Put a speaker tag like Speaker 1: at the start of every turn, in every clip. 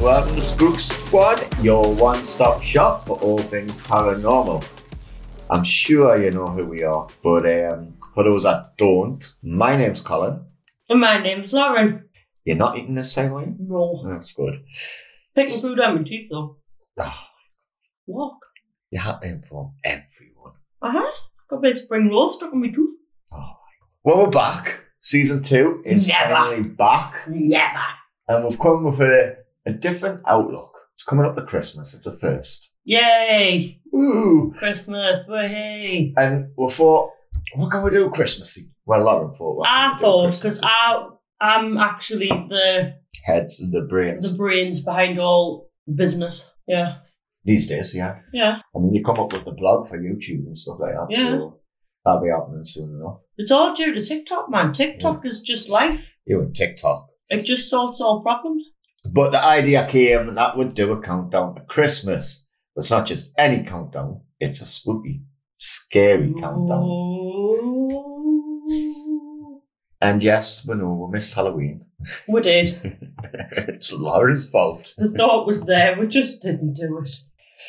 Speaker 1: welcome to Spook Squad, your one stop shop for all things paranormal. I'm sure you know who we are, but um, for those that don't, my name's Colin.
Speaker 2: And my name's Lauren.
Speaker 1: You're not eating this time, are you?
Speaker 2: No.
Speaker 1: That's good.
Speaker 2: Picking food out my teeth though.
Speaker 1: Ah,
Speaker 2: What?
Speaker 1: you have to inform everyone.
Speaker 2: Uh huh. Got a bit of spring roll stuck in my tooth.
Speaker 1: Well, we're back. Season two is
Speaker 2: Never.
Speaker 1: finally back,
Speaker 2: Never.
Speaker 1: and we've come with a, a different outlook. It's coming up to Christmas, it's a first.
Speaker 2: Yay!
Speaker 1: Woo!
Speaker 2: Christmas, way!
Speaker 1: And we thought, what can we do Christmassy? Well, Lauren thought. what can
Speaker 2: I
Speaker 1: we do
Speaker 2: thought because
Speaker 1: Christmassy?
Speaker 2: I I'm actually the
Speaker 1: heads and the brains
Speaker 2: the brains behind all business. Yeah.
Speaker 1: these days, yeah.
Speaker 2: Yeah.
Speaker 1: I mean, you come up with the blog for YouTube and stuff like that, so that'll be happening soon enough.
Speaker 2: It's all due to TikTok, man. TikTok is just life.
Speaker 1: You and TikTok.
Speaker 2: It just solves all problems.
Speaker 1: But the idea came that would do a countdown to Christmas. But it's not just any countdown; it's a spooky, scary countdown.
Speaker 2: Ooh.
Speaker 1: And yes, we know we missed Halloween.
Speaker 2: We did.
Speaker 1: it's Lauren's fault.
Speaker 2: The thought was there. We just didn't do it.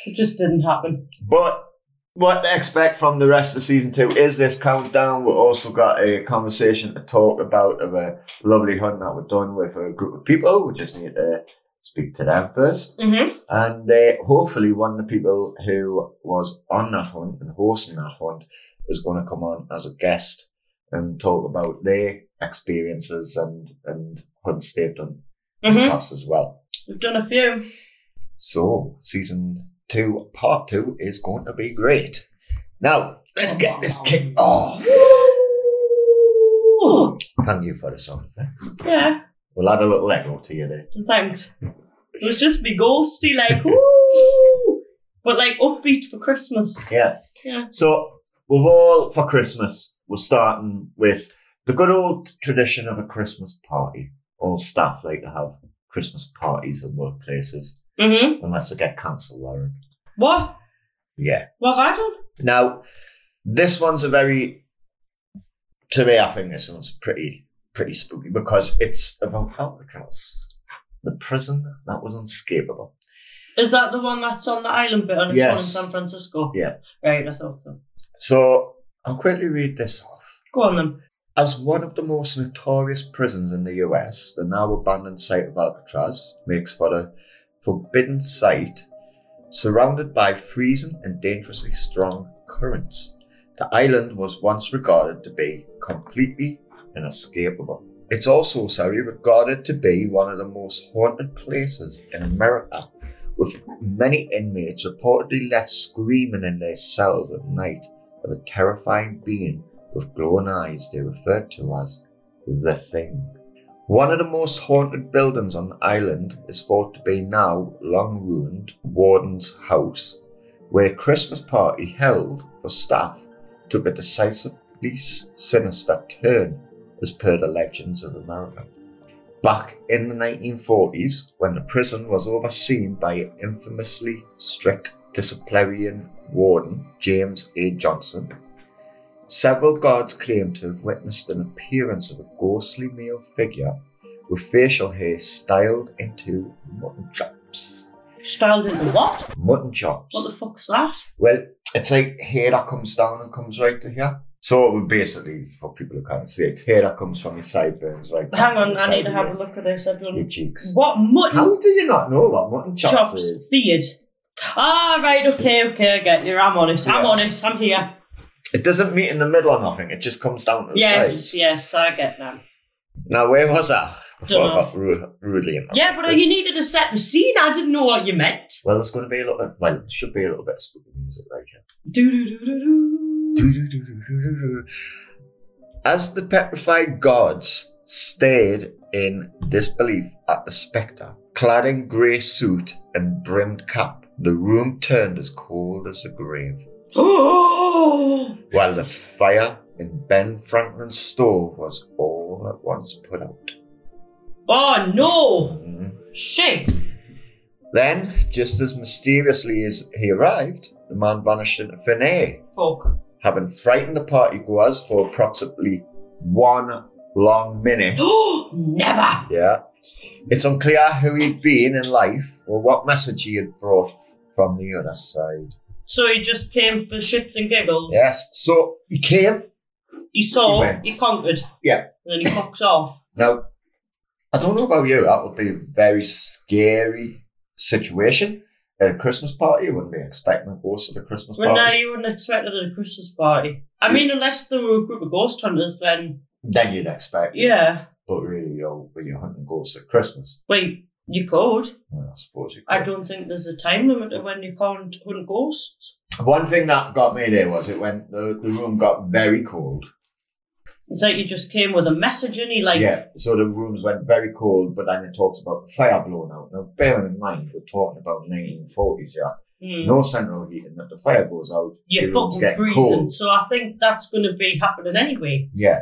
Speaker 2: It just didn't happen.
Speaker 1: But what to expect from the rest of season two is this countdown. We've also got a conversation to talk about of a lovely hunt that we've done with a group of people. We just need to speak to them first.
Speaker 2: Mm-hmm.
Speaker 1: And uh, hopefully one of the people who was on that hunt and hosting that hunt is going to come on as a guest and talk about their experiences and, and hunts they've done in the
Speaker 2: Mm-hmm.
Speaker 1: past as well.
Speaker 2: We've done a few.
Speaker 1: So, season two, part two is going to be great. Now, let's get this kicked off.
Speaker 2: Ooh.
Speaker 1: Thank you for the sound effects.
Speaker 2: Yeah.
Speaker 1: We'll add a little echo to you there.
Speaker 2: Thanks. It was just be ghosty, like ooh, but like upbeat for Christmas.
Speaker 1: Yeah.
Speaker 2: Yeah.
Speaker 1: So, we've all for Christmas, we're starting with the good old tradition of a Christmas party. All staff like to have Christmas parties at workplaces,
Speaker 2: Mm-hmm.
Speaker 1: unless they get cancelled, Lauren.
Speaker 2: What?
Speaker 1: Yeah.
Speaker 2: What have I done?
Speaker 1: Now, this one's a very, to me, I think this one's pretty, pretty spooky because it's about Alcatraz, the prison that was unscapable.
Speaker 2: Is that the one that's on the island bit on its own in
Speaker 1: Yes.
Speaker 2: San Francisco?
Speaker 1: Yeah.
Speaker 2: Right. I thought so.
Speaker 1: So I'll quickly read this off.
Speaker 2: Go on then.
Speaker 1: As one of the most notorious prisons in the US, the now abandoned site of Alcatraz makes for a forbidden site surrounded by freezing and dangerously strong currents. The island was once regarded to be completely inescapable. It's also, sorry, regarded to be one of the most haunted places in America, with many inmates reportedly left screaming in their cells at night of a terrifying being with glowing eyes they referred to as the Thing. One of the most haunted buildings on the island is thought to be now long ruined Warden's House, where a Christmas party held for staff took a decisively sinister turn, as per the legends of America. Back in the 1940s, when the prison was overseen by an infamously strict disciplinarian warden, James A. Johnson, Several guards claim to have witnessed an appearance of a ghostly male figure with facial hair styled into mutton chops.
Speaker 2: Styled into what?
Speaker 1: Mutton chops.
Speaker 2: What the fuck's that?
Speaker 1: well, it's like hair that comes down and comes right to here. So it would basically, for people who can't see it, it's hair that comes from your sideburns right
Speaker 2: Hang
Speaker 1: down to
Speaker 2: on,
Speaker 1: the
Speaker 2: I need
Speaker 1: side
Speaker 2: to
Speaker 1: of
Speaker 2: have
Speaker 1: your-
Speaker 2: a look at this. I've
Speaker 1: your
Speaker 2: done
Speaker 1: cheeks.
Speaker 2: what mutton
Speaker 1: How did you not know what mutton chops,
Speaker 2: chops,
Speaker 1: is?
Speaker 2: beard. Ah, right, okay, okay, I get you. I'm on it. I'm
Speaker 1: Yeah.
Speaker 2: on it. I'm here.
Speaker 1: It doesn't meet in the middle or nothing. It just comes down to the
Speaker 2: Yes,
Speaker 1: sides.
Speaker 2: yes, I get that.
Speaker 1: Now, where was I? Before I
Speaker 2: Dunno.
Speaker 1: got ru- rudely interrupted.
Speaker 2: Yeah, but you needed to set the scene. I didn't know what you meant.
Speaker 1: Well, there's going to be a lot of, well, there should be a little bit of spooky music later.
Speaker 2: Do do do do do.
Speaker 1: Doo-doo-doo-doo-doo-doo-doo. As the petrified guards stared in disbelief at the spectre, clad in grey suit and brimmed cap, the room turned as cold as a grave,
Speaker 2: Oh,
Speaker 1: while the fire in Ben Franklin's stove was all at once put out.
Speaker 2: oh no!
Speaker 1: Mhm.
Speaker 2: Shit!
Speaker 1: Then, just as mysteriously as he arrived, the man vanished into thin air.
Speaker 2: Fuck.
Speaker 1: having frightened the party goers for approximately one long minute.
Speaker 2: Oh, never.
Speaker 1: yeah. It's unclear who he'd been in life or what message he had brought from the other side.
Speaker 2: So he just came for shits and giggles.
Speaker 1: Yes, so he came.
Speaker 2: He saw,
Speaker 1: He
Speaker 2: he,
Speaker 1: went.
Speaker 2: conquered.
Speaker 1: Yeah.
Speaker 2: And then he fucked off.
Speaker 1: Now, I don't know about you, that would be a very scary situation. At a Christmas party, you wouldn't be expecting a ghost at a Christmas
Speaker 2: Well,
Speaker 1: party.
Speaker 2: no, you wouldn't expect it at a Christmas party. I mean, unless there were a group of ghost hunters, then
Speaker 1: Then you'd expect it.
Speaker 2: yeah.
Speaker 1: But really, you're, you're hunting ghosts at Christmas.
Speaker 2: Wait, you could.
Speaker 1: Well, I suppose you could.
Speaker 2: I don't think there's a time limit of when you can't hunt ghosts.
Speaker 1: One thing that got me there was it when the, the room got very cold.
Speaker 2: It's like you just came with a message, and he like
Speaker 1: yeah, so the rooms went very cold, but then it talks about the fire blowing out. Now, bearing in mind, we're talking about 1940s, yeah.
Speaker 2: hmm,
Speaker 1: No central heating, if the fire goes out, the
Speaker 2: you're
Speaker 1: room's
Speaker 2: fucking
Speaker 1: getting
Speaker 2: freezing.
Speaker 1: cold.
Speaker 2: So I think that's going to be happening anyway.
Speaker 1: Yeah.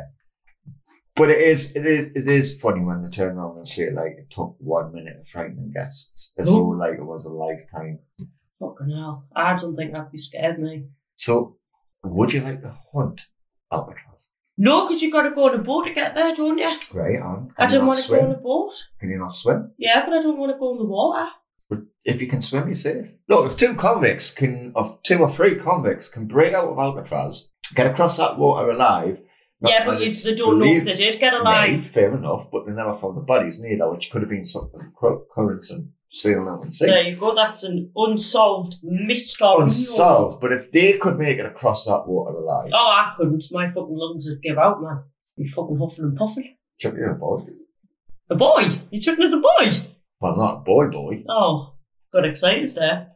Speaker 1: But it is, it is, it is funny when they turn around and say like it took one minute of frightening guests, as
Speaker 2: No.
Speaker 1: though like it was a lifetime.
Speaker 2: Fucking hell! I don't think that'd be scared me.
Speaker 1: So, would you like to hunt albatross?
Speaker 2: No, because you got to go on a boat to get there, don't you?
Speaker 1: Right, Anne, can
Speaker 2: I
Speaker 1: you
Speaker 2: don't
Speaker 1: not
Speaker 2: want to go on
Speaker 1: swim?
Speaker 2: a boat.
Speaker 1: Can you not swim?
Speaker 2: Yeah, but I don't want to go in the water.
Speaker 1: If you can swim, you're safe. Look, if two convicts can, of two or three convicts can break out of Alcatraz, get across that water alive. not
Speaker 2: yeah, but you,
Speaker 1: manage
Speaker 2: they
Speaker 1: to
Speaker 2: don't know if
Speaker 1: leave
Speaker 2: they did get
Speaker 1: the
Speaker 2: alive.
Speaker 1: nave, fair enough, but they never found the bodies neither, which could have been something cur- currents and sailing out and sea.
Speaker 2: There you go. That's an unsolved mystery.
Speaker 1: Unsolved, but if they could make it across that water alive,
Speaker 2: Oh, I couldn't. My fucking lungs would give out, man. You fucking huffing and puffing.
Speaker 1: chuck you a boy.
Speaker 2: A boy. You took me as a boy.
Speaker 1: Well, not a boy, boy,
Speaker 2: Oh, got excited there.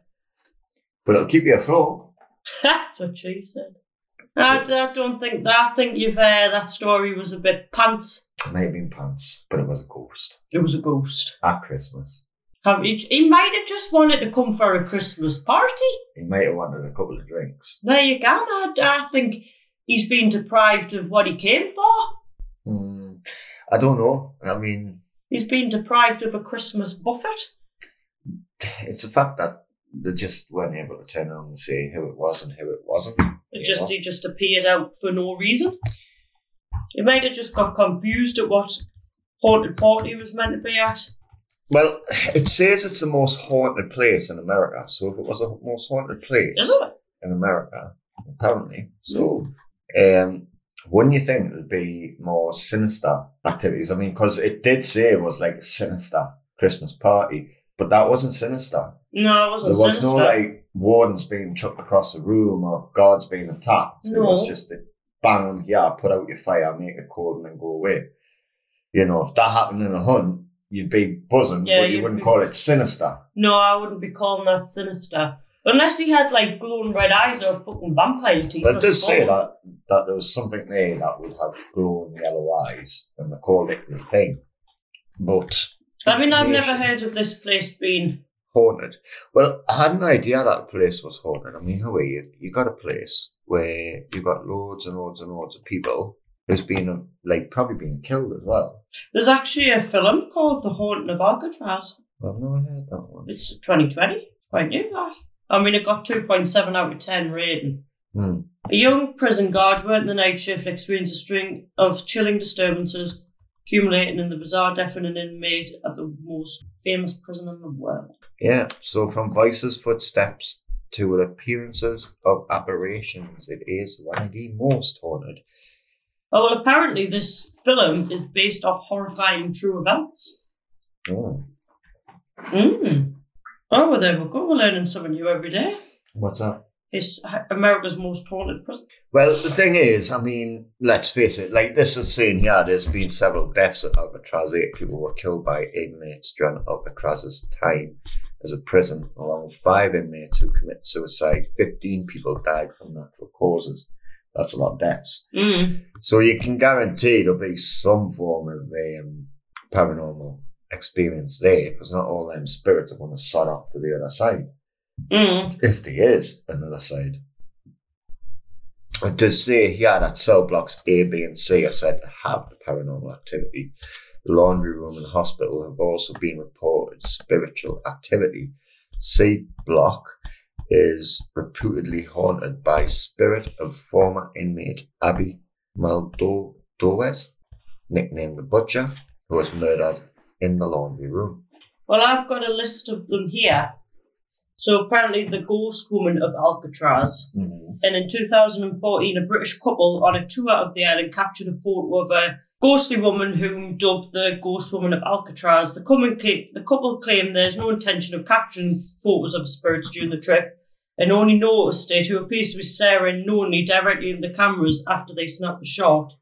Speaker 1: but it'll keep you afloat.
Speaker 2: That's what she said. I, I don't think that. I think you've uh, that story was a bit pants.
Speaker 1: It may have been pants, but it was a ghost
Speaker 2: It was a ghost.
Speaker 1: at Christmas.
Speaker 2: Have you, he might have just wanted to come for a Christmas party.
Speaker 1: He might have wanted a couple of drinks.
Speaker 2: There you go. I, I think he's been deprived of what he came for.
Speaker 1: Hmm, I don't know. I mean,
Speaker 2: He's been deprived of a Christmas buffet.
Speaker 1: it's the fact that they just weren't able to turn on and say who it was and who it wasn't.
Speaker 2: It just
Speaker 1: Yeah.
Speaker 2: he just appeared out for no reason. He might have just got confused at what haunted party he was meant to be at.
Speaker 1: Well, it says it's the most haunted place in America. So if it was the most haunted place
Speaker 2: Is it?
Speaker 1: in America, apparently, so
Speaker 2: Hmm.
Speaker 1: um, wouldn't you think it'd be more sinister activities? I mean, because it did say it was like a sinister Christmas party, but that wasn't sinister.
Speaker 2: No, it
Speaker 1: There
Speaker 2: wasn't
Speaker 1: was
Speaker 2: sinister.
Speaker 1: no like wardens being chucked across the room or guards being attacked. It was
Speaker 2: No.
Speaker 1: just a bang, yeah, put out your fire, make it cold, and then go away. You know, if that happened in a hunt, you'd be buzzing,
Speaker 2: Yeah,
Speaker 1: but you
Speaker 2: you'd
Speaker 1: wouldn't
Speaker 2: be-
Speaker 1: call it sinister.
Speaker 2: No, I wouldn't be calling that sinister. Unless he had like glowing red eyes or fucking vampire teeth.
Speaker 1: But
Speaker 2: I
Speaker 1: it does say
Speaker 2: suppose.
Speaker 1: that that there was something there that would have glowing yellow eyes, and they called it the thing. But
Speaker 2: I mean, I've
Speaker 1: Yes.
Speaker 2: never heard of this place being.
Speaker 1: haunted. Well, I had an idea that place was haunted. I mean, how are you? You got a place where you got loads and loads and loads of people who's been like probably been killed as well.
Speaker 2: There's actually a film called The Haunting of Alcatraz.
Speaker 1: I've never heard that one.
Speaker 2: It's 2020. Quite new that. I mean, it got 2.7 out of 10 rating.
Speaker 1: Hmm.
Speaker 2: A young prison guard working the night shift experienced a string of chilling disturbances accumulating in the bizarre death of an inmate at the most famous prison in the world.
Speaker 1: Yeah. So from voices, footsteps to appearances of aberrations, it is one of the most haunted.
Speaker 2: Oh, well, apparently this film is based off horrifying true events.
Speaker 1: Oh,
Speaker 2: Mm. Oh, well, there we go. We're learning something new every day.
Speaker 1: what's that?
Speaker 2: It's America's most haunted prison.
Speaker 1: Well, the thing is, I mean, let's face it, like this is saying, yeah, there's been several deaths at Alcatraz. Eight people were killed by inmates during Alcatraz's time as a prison, along with five inmates who committed suicide. 15 people died from natural causes. That's a lot of deaths.
Speaker 2: Mm.
Speaker 1: So you can guarantee there'll be some form of um, paranormal experience there, because not all them spirits are going to sod off to the other side
Speaker 2: Mm.
Speaker 1: if there is another side. It does say here that cell blocks A, B, and C are said to have the paranormal activity. The laundry room and hospital have also been reported spiritual activity. C block is reputedly haunted by spirit of former inmate Abby Maldo- Does, nicknamed the Butcher, who was murdered in the laundry room.
Speaker 2: Well, I've got a list of them here. So apparently, the ghost woman of Alcatraz.
Speaker 1: Mm-hmm.
Speaker 2: And in 2014, a British couple on a tour of the island captured a photo of a ghostly woman whom dubbed the Ghost Woman of Alcatraz. The, common ca- the couple claim there's no intention of capturing photos of spirits during the trip and only noticed it, who appears to be staring knowingly directly at the cameras after they snapped the shot.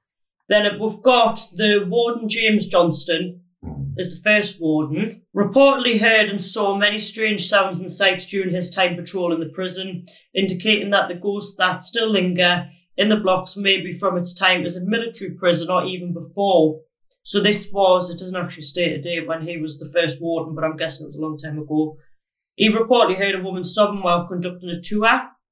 Speaker 2: Then we've got the warden James Johnston,
Speaker 1: Mm-hmm.
Speaker 2: as the first warden, reportedly heard and saw many strange sounds and sights during his time patrolling the prison, indicating that the ghosts that still linger in the blocks may be from its time as a military prison or even before. So this was, it doesn't actually state a date when he was the first warden, but I'm guessing it was a long time ago. He reportedly heard a woman sobbing while conducting a tour.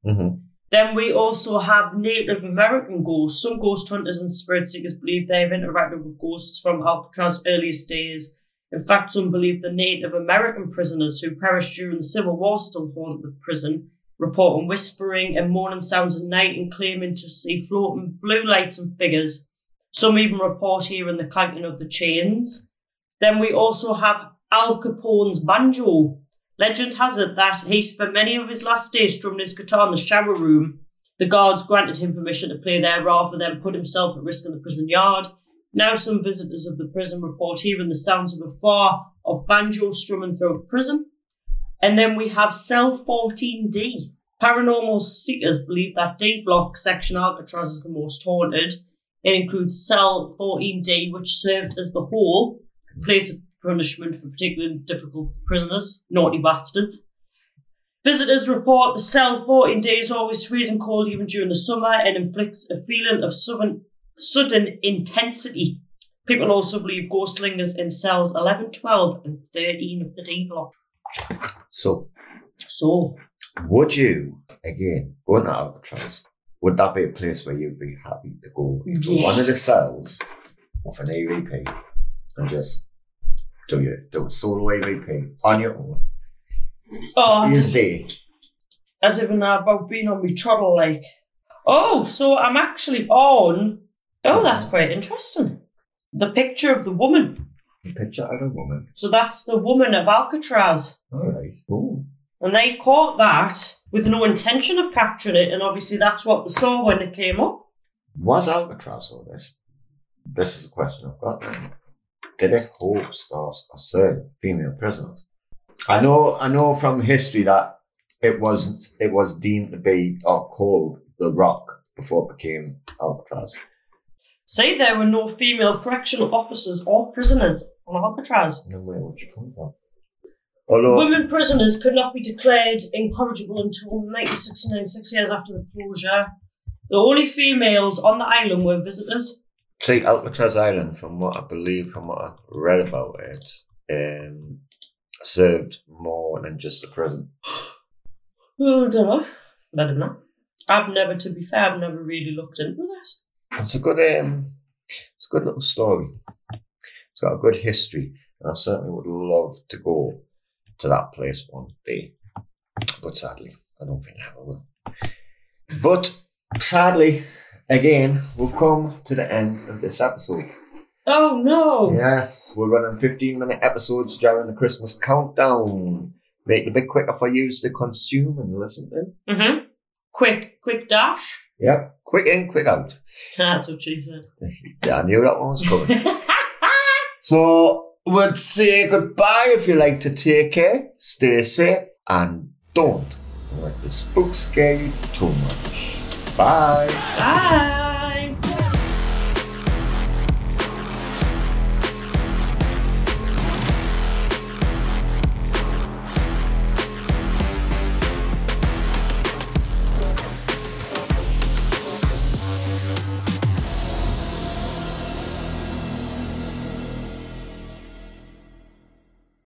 Speaker 1: Mm-hmm.
Speaker 2: Then we also have Native American ghosts. Some ghost hunters and spirit seekers believe they have interacted with ghosts from Alcatraz's earliest days. In fact, some believe the Native American prisoners who perished during the Civil War still haunt the prison, reporting whispering and moaning sounds at night and claiming to see floating blue lights and figures. Some even report hearing the clanking of the chains. Then we also have Al Capone's banjo. Legend has it that he spent many of his last days strumming his guitar in the shower room. The guards granted him permission to play there rather than put himself at risk in the prison yard. Now, some visitors of the prison report hearing the sounds of a far off banjo strumming throughout the prison. And then we have cell 14D. Paranormal seekers believe that D block section Alcatraz is the most haunted. It includes cell 14D, which served as the hall place of punishment for particularly difficult prisoners, naughty bastards. Visitors report the cell 14 days always freezing cold even during the summer and inflicts a feeling of sudden, sudden intensity. People also believe ghost lingers in cells 11, 12, and 13 of the D block.
Speaker 1: So,
Speaker 2: So,
Speaker 1: would you, again, going to Alcatraz, would that be a place where you'd be happy to go to one of the
Speaker 2: Yes.
Speaker 1: cells of an EVP and just do your do a solo EVP on your own?
Speaker 2: oh,
Speaker 1: You stay.
Speaker 2: I don't even know about being on my troddle like. Oh, so I'm actually on. Oh, that's quite interesting. The picture of the woman.
Speaker 1: A picture of a woman.
Speaker 2: So that's the woman of Alcatraz.
Speaker 1: All right. Oh. Ooh.
Speaker 2: And they caught that with no intention of capturing it, and obviously that's what they saw when it came up.
Speaker 1: Was Alcatraz all this? This is a question I've got. then. Did it hold stars or serve female prisoners? I know, I know from history that it was it was deemed to be or called the Rock before it became Alcatraz.
Speaker 2: Say there were no female correctional officers or prisoners on Alcatraz.
Speaker 1: No way would you come from? Although
Speaker 2: Women prisoners could not be declared incorrigible until 1969, six years after the closure. The only females on the island were visitors.
Speaker 1: See, Alcatraz Island, from what I believe, from what I read about it, um, served more than just a prison.
Speaker 2: Oh, I don't know. I don't know. I've never, to be fair, I've never really looked into this.
Speaker 1: It's a good, um, it's a good little story. It's got a good history, and I certainly would love to go to that place one day. But sadly, I don't think I ever will. But sadly, again, we've come to the end of this episode.
Speaker 2: Oh no!
Speaker 1: Yes, we're running 15 minute episodes during the Christmas countdown. Make it a bit quicker for you to consume and listen to.
Speaker 2: Mm-hmm. Quick, quick dash.
Speaker 1: Yep, quick in, quick out.
Speaker 2: That's what she said.
Speaker 1: Yeah, I knew that one was coming. So we'd say goodbye if you like to take care, stay safe, and don't let the spook scare you too much. Bye.
Speaker 2: Bye.